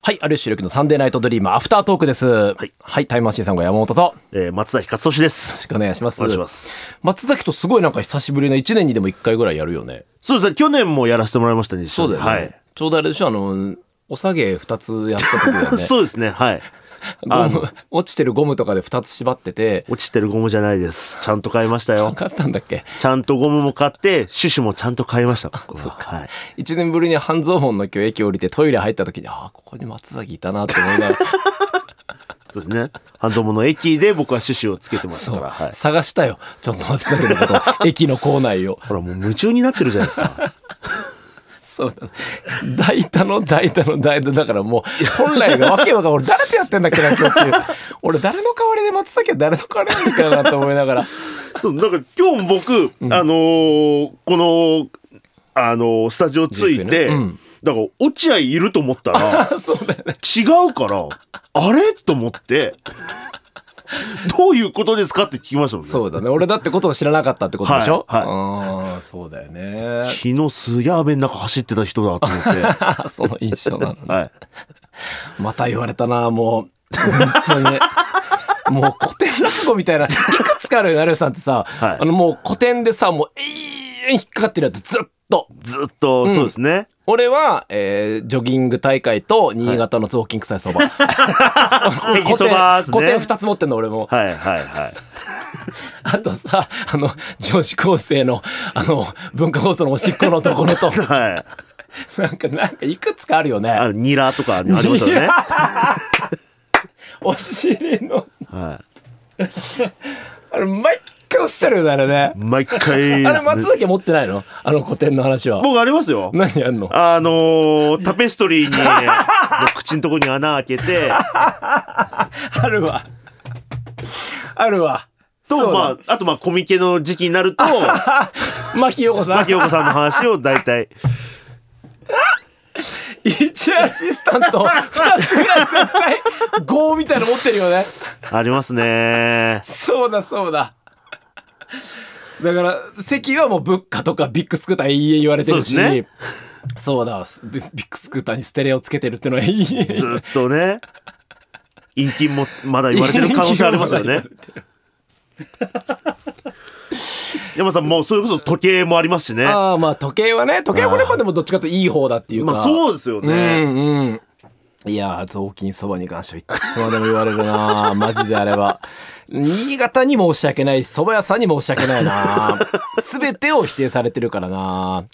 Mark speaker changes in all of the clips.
Speaker 1: はい、ある種力のサンデーナイトドリームアフタートークです。はい
Speaker 2: い、
Speaker 1: タイムマシーンさんが山本と、よろ
Speaker 2: えー、松崎勝利です。
Speaker 1: しくお願いします。
Speaker 2: お願いします。
Speaker 1: 松崎とすごいなんか久しぶりの1年にでも1回ぐらいやるよね。
Speaker 2: そうですね、去年もやらせてもらいましたね、一緒に
Speaker 1: はい。ちょうどあれでしょ、あの、お下げ2つやった時だ
Speaker 2: は
Speaker 1: よ
Speaker 2: い。
Speaker 1: ね。
Speaker 2: そうですね、はい。
Speaker 1: ゴム、落ちてるゴムとかで2つ縛ってて、
Speaker 2: 落ちてるゴムじゃな いです。ちゃんと買いました
Speaker 1: 分
Speaker 2: よ。
Speaker 1: かったんだっけ
Speaker 2: ちゃんとゴムも買って、シュシュもちゃんと買い ました。そうか。はい。
Speaker 1: 1年ぶりに半蔵門の今日駅降りてトイレ入った時に、ああ、ここに松崎いたなって思 いながら、
Speaker 2: そうですね。半蔵門の駅で僕はシュシュをつけてました
Speaker 1: そう、
Speaker 2: から。はい。
Speaker 1: 探したよ。ちょっと松崎のこと、駅の構内を。
Speaker 2: ほら、もう夢中になってるじゃないで すか。
Speaker 1: そうだね。大田の大田の大田だからもう、本来がわけわかんない。俺誰とやってんだっけな、今日っていう。俺誰の代わりで松崎は誰の代わりなんだっけなって思いながら。
Speaker 2: そう、なんか今日も僕、あのーこの、あのースタジオついて、
Speaker 1: ですよねうん
Speaker 2: だから落合いると思ったら、
Speaker 1: そうだよね。
Speaker 2: 違うから、あれと思って、どういうことですかって聞きましたもんね。
Speaker 1: そうだね。俺だってことを知らなかったってことでしょ、
Speaker 2: はい
Speaker 1: ああ、そうだよね。
Speaker 2: 昨日すげえ雨の中走ってた人だと思って。
Speaker 1: その印象なのね。
Speaker 2: はい。
Speaker 1: また言われたな、もう。本当に。もう古典落語みたいな、いくつかあるよ、成吉さんってさ、
Speaker 2: はい
Speaker 1: あのもう古典でさ、もう永遠引っかかってるやつずっと。
Speaker 2: ずっと、そうですね。
Speaker 1: 俺は、えージョギング大会と新潟の雑巾臭いそば。
Speaker 2: ネギ
Speaker 1: 古
Speaker 2: そ
Speaker 1: 典
Speaker 2: ばです
Speaker 1: 古典
Speaker 2: ね。
Speaker 1: 2つ持ってんの俺も。
Speaker 2: はいはいはい。
Speaker 1: あとさ、あの、女子高生の、あの、文化放送のおしっこのところ と、
Speaker 2: はい。
Speaker 1: なんか、なんかいくつかあるよね。
Speaker 2: あのニラとかありましたよね。
Speaker 1: お尻の、
Speaker 2: は
Speaker 1: あれ、毎回おっしゃるよね、あれね
Speaker 2: い。。毎回です ね、
Speaker 1: あれ、松崎は持ってないのあの古典の話は。
Speaker 2: 僕ありますよ。
Speaker 1: 何やんの
Speaker 2: あのータペストリーに、 の口のとこに穴開けて、
Speaker 1: あるわ。あるわ。
Speaker 2: と、
Speaker 1: ま
Speaker 2: まあ、あとまあ、コミケの時期にな ると、
Speaker 1: あ、牧陽子さん
Speaker 2: 牧。陽子さんの話を大体、
Speaker 1: 一アシスタント二つぐらい絶対5みたいの持ってるよね
Speaker 2: ありますね。
Speaker 1: そうだそうだだから関はもう物価とかビッグスクーター永遠言われてるし
Speaker 2: そう
Speaker 1: そう,、
Speaker 2: です
Speaker 1: だビビッグスクーターにステレオつけてるってのは永遠
Speaker 2: ずっとね陰菌もまだ言われてる可能性ありますよね山さんもうそれこそ時計もありますしね
Speaker 1: ああまあ時計はね時計はこれまでもどっちかというといい方だっていうか、
Speaker 2: まあそうですよ
Speaker 1: う
Speaker 2: ね、
Speaker 1: んうんいやー雑巾そばに関してはいつまでも言われるなー マジであれは新潟に申し訳ないそば屋さんに申し訳ないなー全てを否定されてるからなー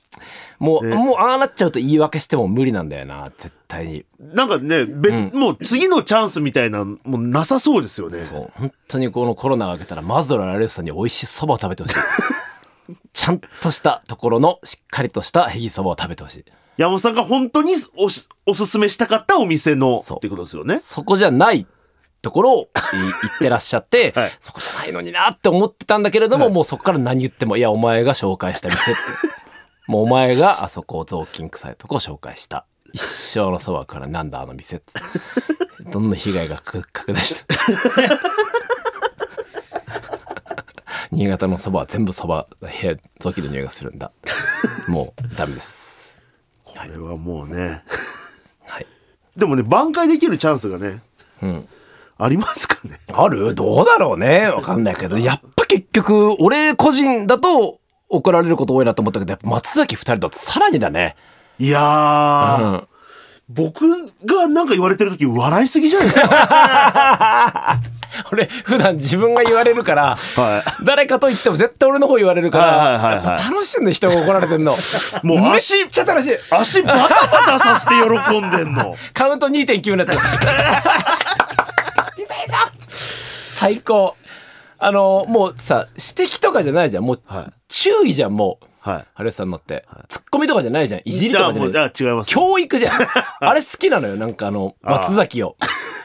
Speaker 1: もう、もうああなっちゃうと言い訳しても無理なんだよな絶対に
Speaker 2: なんかね別、もう次のチャンスみたいなのもうなさそうですよね
Speaker 1: そう本当にこのコロナが明けたらまずはラレスさんに美味しいそばを食べてほしいちゃんとしたところのしっかりとしたへぎそばを食べてほしい
Speaker 2: 山本さんが本当におしおすすめしたかったお店の
Speaker 1: そう
Speaker 2: ってことですよね
Speaker 1: そこじゃないところをい行ってらっしゃって、
Speaker 2: はい
Speaker 1: そこじゃないのになって思ってたんだけれども、もうそこから何言っても、いや、お前が紹介した店って。もうお前があそこを雑巾臭いとこ紹介した。一生のそばからなんだあの店って。 どんな被害がく拡大した。 新潟のそばは全部そば、部屋、雑巾の匂いがするんだ。もうダメです。
Speaker 2: これはもうね
Speaker 1: はい。
Speaker 2: でもね挽回できるチャンスがね、ありますかね
Speaker 1: あるどうだろうねわかんないけどやっぱ結局俺個人だと怒られること多いなと思ったけどやっぱ松崎2人だとさらにだね
Speaker 2: いやー、
Speaker 1: うん
Speaker 2: 僕がなんか言われてる時笑いすぎじゃないですか
Speaker 1: 俺普段自分が言われるから、
Speaker 2: は
Speaker 1: 誰かと言っても絶対俺の方言われるから、
Speaker 2: はいはいはいはい
Speaker 1: やっぱ楽しいんで人が怒られてんの
Speaker 2: もう
Speaker 1: めっ
Speaker 2: 足
Speaker 1: ちゃ楽しい
Speaker 2: 足バタバタさせて喜んでんの
Speaker 1: カウント2.9になって る痛いぞ最高あのもうさ指摘とかじゃないじゃんもう、
Speaker 2: はい
Speaker 1: 注意じゃんもう
Speaker 2: はい
Speaker 1: 春吉さんのって、ツッコミとかじゃないじゃんいじりとかじゃない
Speaker 2: いやもういや違います
Speaker 1: 教育じゃん あれ好きなのよなんかあの
Speaker 2: ああ
Speaker 1: 松崎 を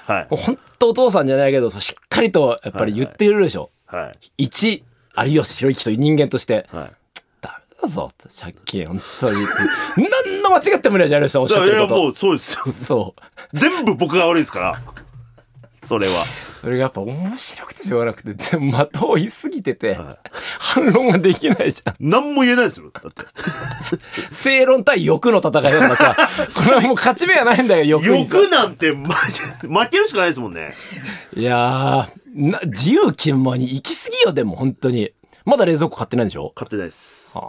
Speaker 2: はい
Speaker 1: もうほんとお父さんじゃないけどそうしっかりとやっぱり言ってくれるでしょ、
Speaker 2: はい
Speaker 1: 一有吉弘行という人間として、
Speaker 2: はい
Speaker 1: ダメだぞって借金本当に何の 間違ってもないじゃん有吉さんおっしゃって
Speaker 2: い
Speaker 1: る
Speaker 2: や
Speaker 1: こと
Speaker 2: もうそうですよ
Speaker 1: そう
Speaker 2: 全部僕が悪いですからそれは。
Speaker 1: それがやっぱ面白くてしょうがなくて、全部的をいすぎてて、反論ができないじゃん。
Speaker 2: 何も言えないですよ。だって。
Speaker 1: 正論対欲の戦いだからさ、 これはもう勝ち目はないんだよ、欲にさ。
Speaker 2: 欲なんて、ま、負けるしかないですもんね。
Speaker 1: いやーな、自由気ままに行き過ぎよ、でも本当に。まだ冷蔵庫買ってないんでしょ
Speaker 2: 勝ってないです。
Speaker 1: あー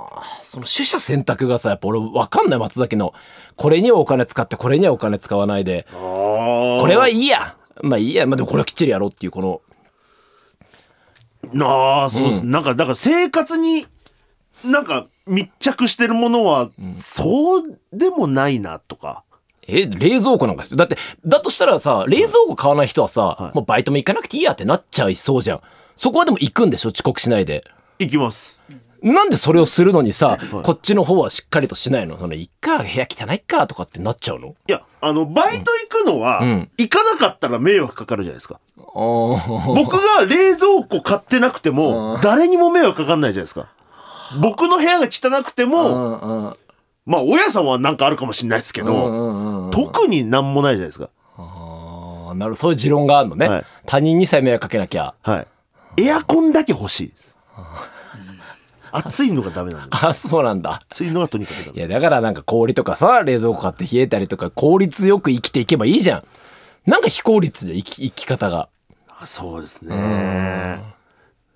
Speaker 1: その取捨選択がさ、やっぱ俺わかんない、松崎の。これにはお金使って、これにはお金使わないで。
Speaker 2: こ。
Speaker 1: これはいいいや。まあいいや。まあでもこれはきっちりやろうっていう、この。
Speaker 2: なあ、そうです、なんか、だから生活に、なんか密着してるものは、そうでもないなとか。
Speaker 1: え、冷蔵庫なんかしてだって、だとしたらさ、冷蔵庫買わない人はさ、もうバイトも行かなくていいやってなっちゃいそうじゃん。そこはでも行くんでしょ遅刻しないで。
Speaker 2: いきます。
Speaker 1: なんでそれをするのにさ、こっちの方はしっかりとしないのその、いっか、部屋汚いっか、とかってなっちゃうの
Speaker 2: いや、あの、バイト行くのは、
Speaker 1: うん
Speaker 2: 行かなかったら迷惑かかるじゃないですか。
Speaker 1: あ
Speaker 2: 僕が冷蔵庫買ってなくても、誰にも迷惑かかんないじゃないですか。僕の部屋が汚くても、
Speaker 1: あ。
Speaker 2: まあ、親さんはなんかあるかもしれないですけど、特になんもないじゃないですか。
Speaker 1: ああ、なるほど。そういう持論があるのね。
Speaker 2: はい
Speaker 1: 他人にさえ迷惑かけなきゃ。
Speaker 2: はい。エアコンだけ欲しいです。暑いのがダメなんだ。
Speaker 1: ああ、そうなんだ。
Speaker 2: 暑いのがとにかくダ
Speaker 1: い
Speaker 2: メ。
Speaker 1: や、だからなんか氷とかさ、冷蔵庫買って冷えたりとか、効率よく生きていけばいいじゃん。なんか非効率で生き生き方が。
Speaker 2: あそうですね。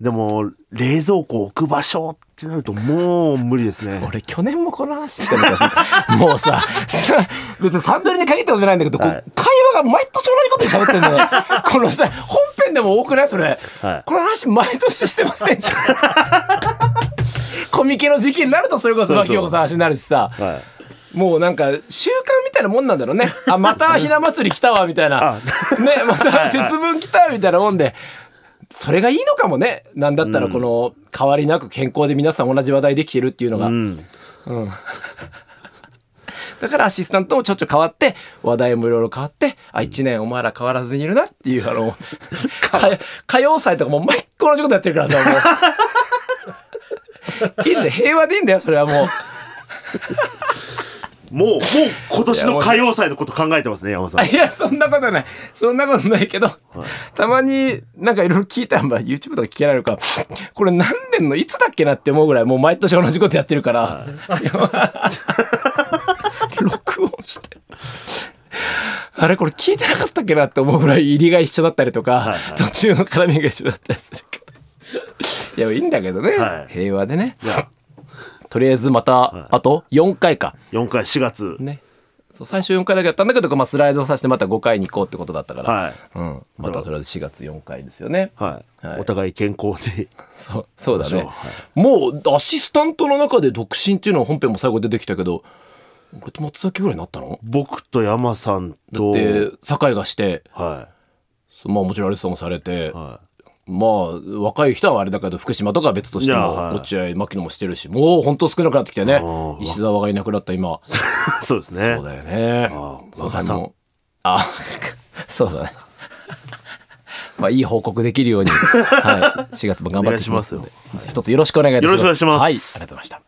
Speaker 2: でも、冷蔵庫置く場所ってなるともう無理ですね。
Speaker 1: 俺去年もこの話してたのか もうささ別にサンドリに限ったことじゃないんだけど、こう
Speaker 2: はい
Speaker 1: 会話が毎年同じことで喋ってん のよこのさ本編でも多くないそれ、
Speaker 2: はい
Speaker 1: この話毎年してません コミケの時期になるとそれこそ
Speaker 2: そうそう
Speaker 1: 牧陽子さんの話になるしさ
Speaker 2: はい。
Speaker 1: もうなんか習慣みたいなもんなんだろ うねあまたひな祭り来たわみたいな
Speaker 2: あ
Speaker 1: ねまた節分来たみたいなもんでそれがいいのかもねなんだったらこの変わりなく健康で皆さん同じ話題できてるっていうのが、
Speaker 2: うん。
Speaker 1: だからアシスタントもちょっちょ変わって、話題もいろいろ変わって、あ、一年お前ら変わらずにいるなっていう、あの、 か歌謡祭とかも毎回同じことやってるからさ、も う。いいんだよ、平和でいいんだよ、それはもう。
Speaker 2: もう、もう今年の歌謡祭のこと考えてますね、山本さん。
Speaker 1: いや、そんなことない。そんなことないけど、たまになんかいろいろ聞いたら、まあ、YouTube とか聞けないのか、これ何年のいつだっけなって思うぐらい、もう毎年同じことやってるから、いやまあ 録音して。あれこれ聞いてなかったっけなって思うぐらい入りが一緒だったりとか、途中の絡みが一緒だったりするけど。いや、いいんだけどね。
Speaker 2: はい
Speaker 1: 平和でね。
Speaker 2: いや
Speaker 1: とりあえずまた、あと4回か。
Speaker 2: 4回、4月。
Speaker 1: ね。そう最初4回だけやったんだけど、まあ、スライドさせてまた5回に行こうってことだったから、
Speaker 2: はい。
Speaker 1: うん、またとりあえず4月4回ですよね。
Speaker 2: はい。
Speaker 1: はい
Speaker 2: お互い健康で。
Speaker 1: そうそうだ
Speaker 2: そう
Speaker 1: ね
Speaker 2: は。
Speaker 1: もうアシスタントの中で独身っていうのは本編も最後出てきたけどこれと松崎ぐらいになったの
Speaker 2: 僕と山さん
Speaker 1: だ
Speaker 2: と、
Speaker 1: って酒井がして
Speaker 2: は
Speaker 1: そうまあもちろんアリスさんもされて、
Speaker 2: い。は
Speaker 1: まあ若い人はあれだけど福島とかは別として
Speaker 2: いや
Speaker 1: も
Speaker 2: はい
Speaker 1: 落合牧野もしてるしもうほんと少なくなってきたよね
Speaker 2: うん
Speaker 1: 石澤がいなくなった今。
Speaker 2: い。 そうですね。
Speaker 1: そうだよね
Speaker 2: ああ。
Speaker 1: そう
Speaker 2: 若さん
Speaker 1: もうあ、 そうだね。 まあいい報告できるように、はい、4月も頑張っていきますので
Speaker 2: お願い
Speaker 1: す
Speaker 2: しますよ
Speaker 1: いません一つよろしくお願いいたします。
Speaker 2: よろしくお願いします
Speaker 1: はい、ありがとうございました。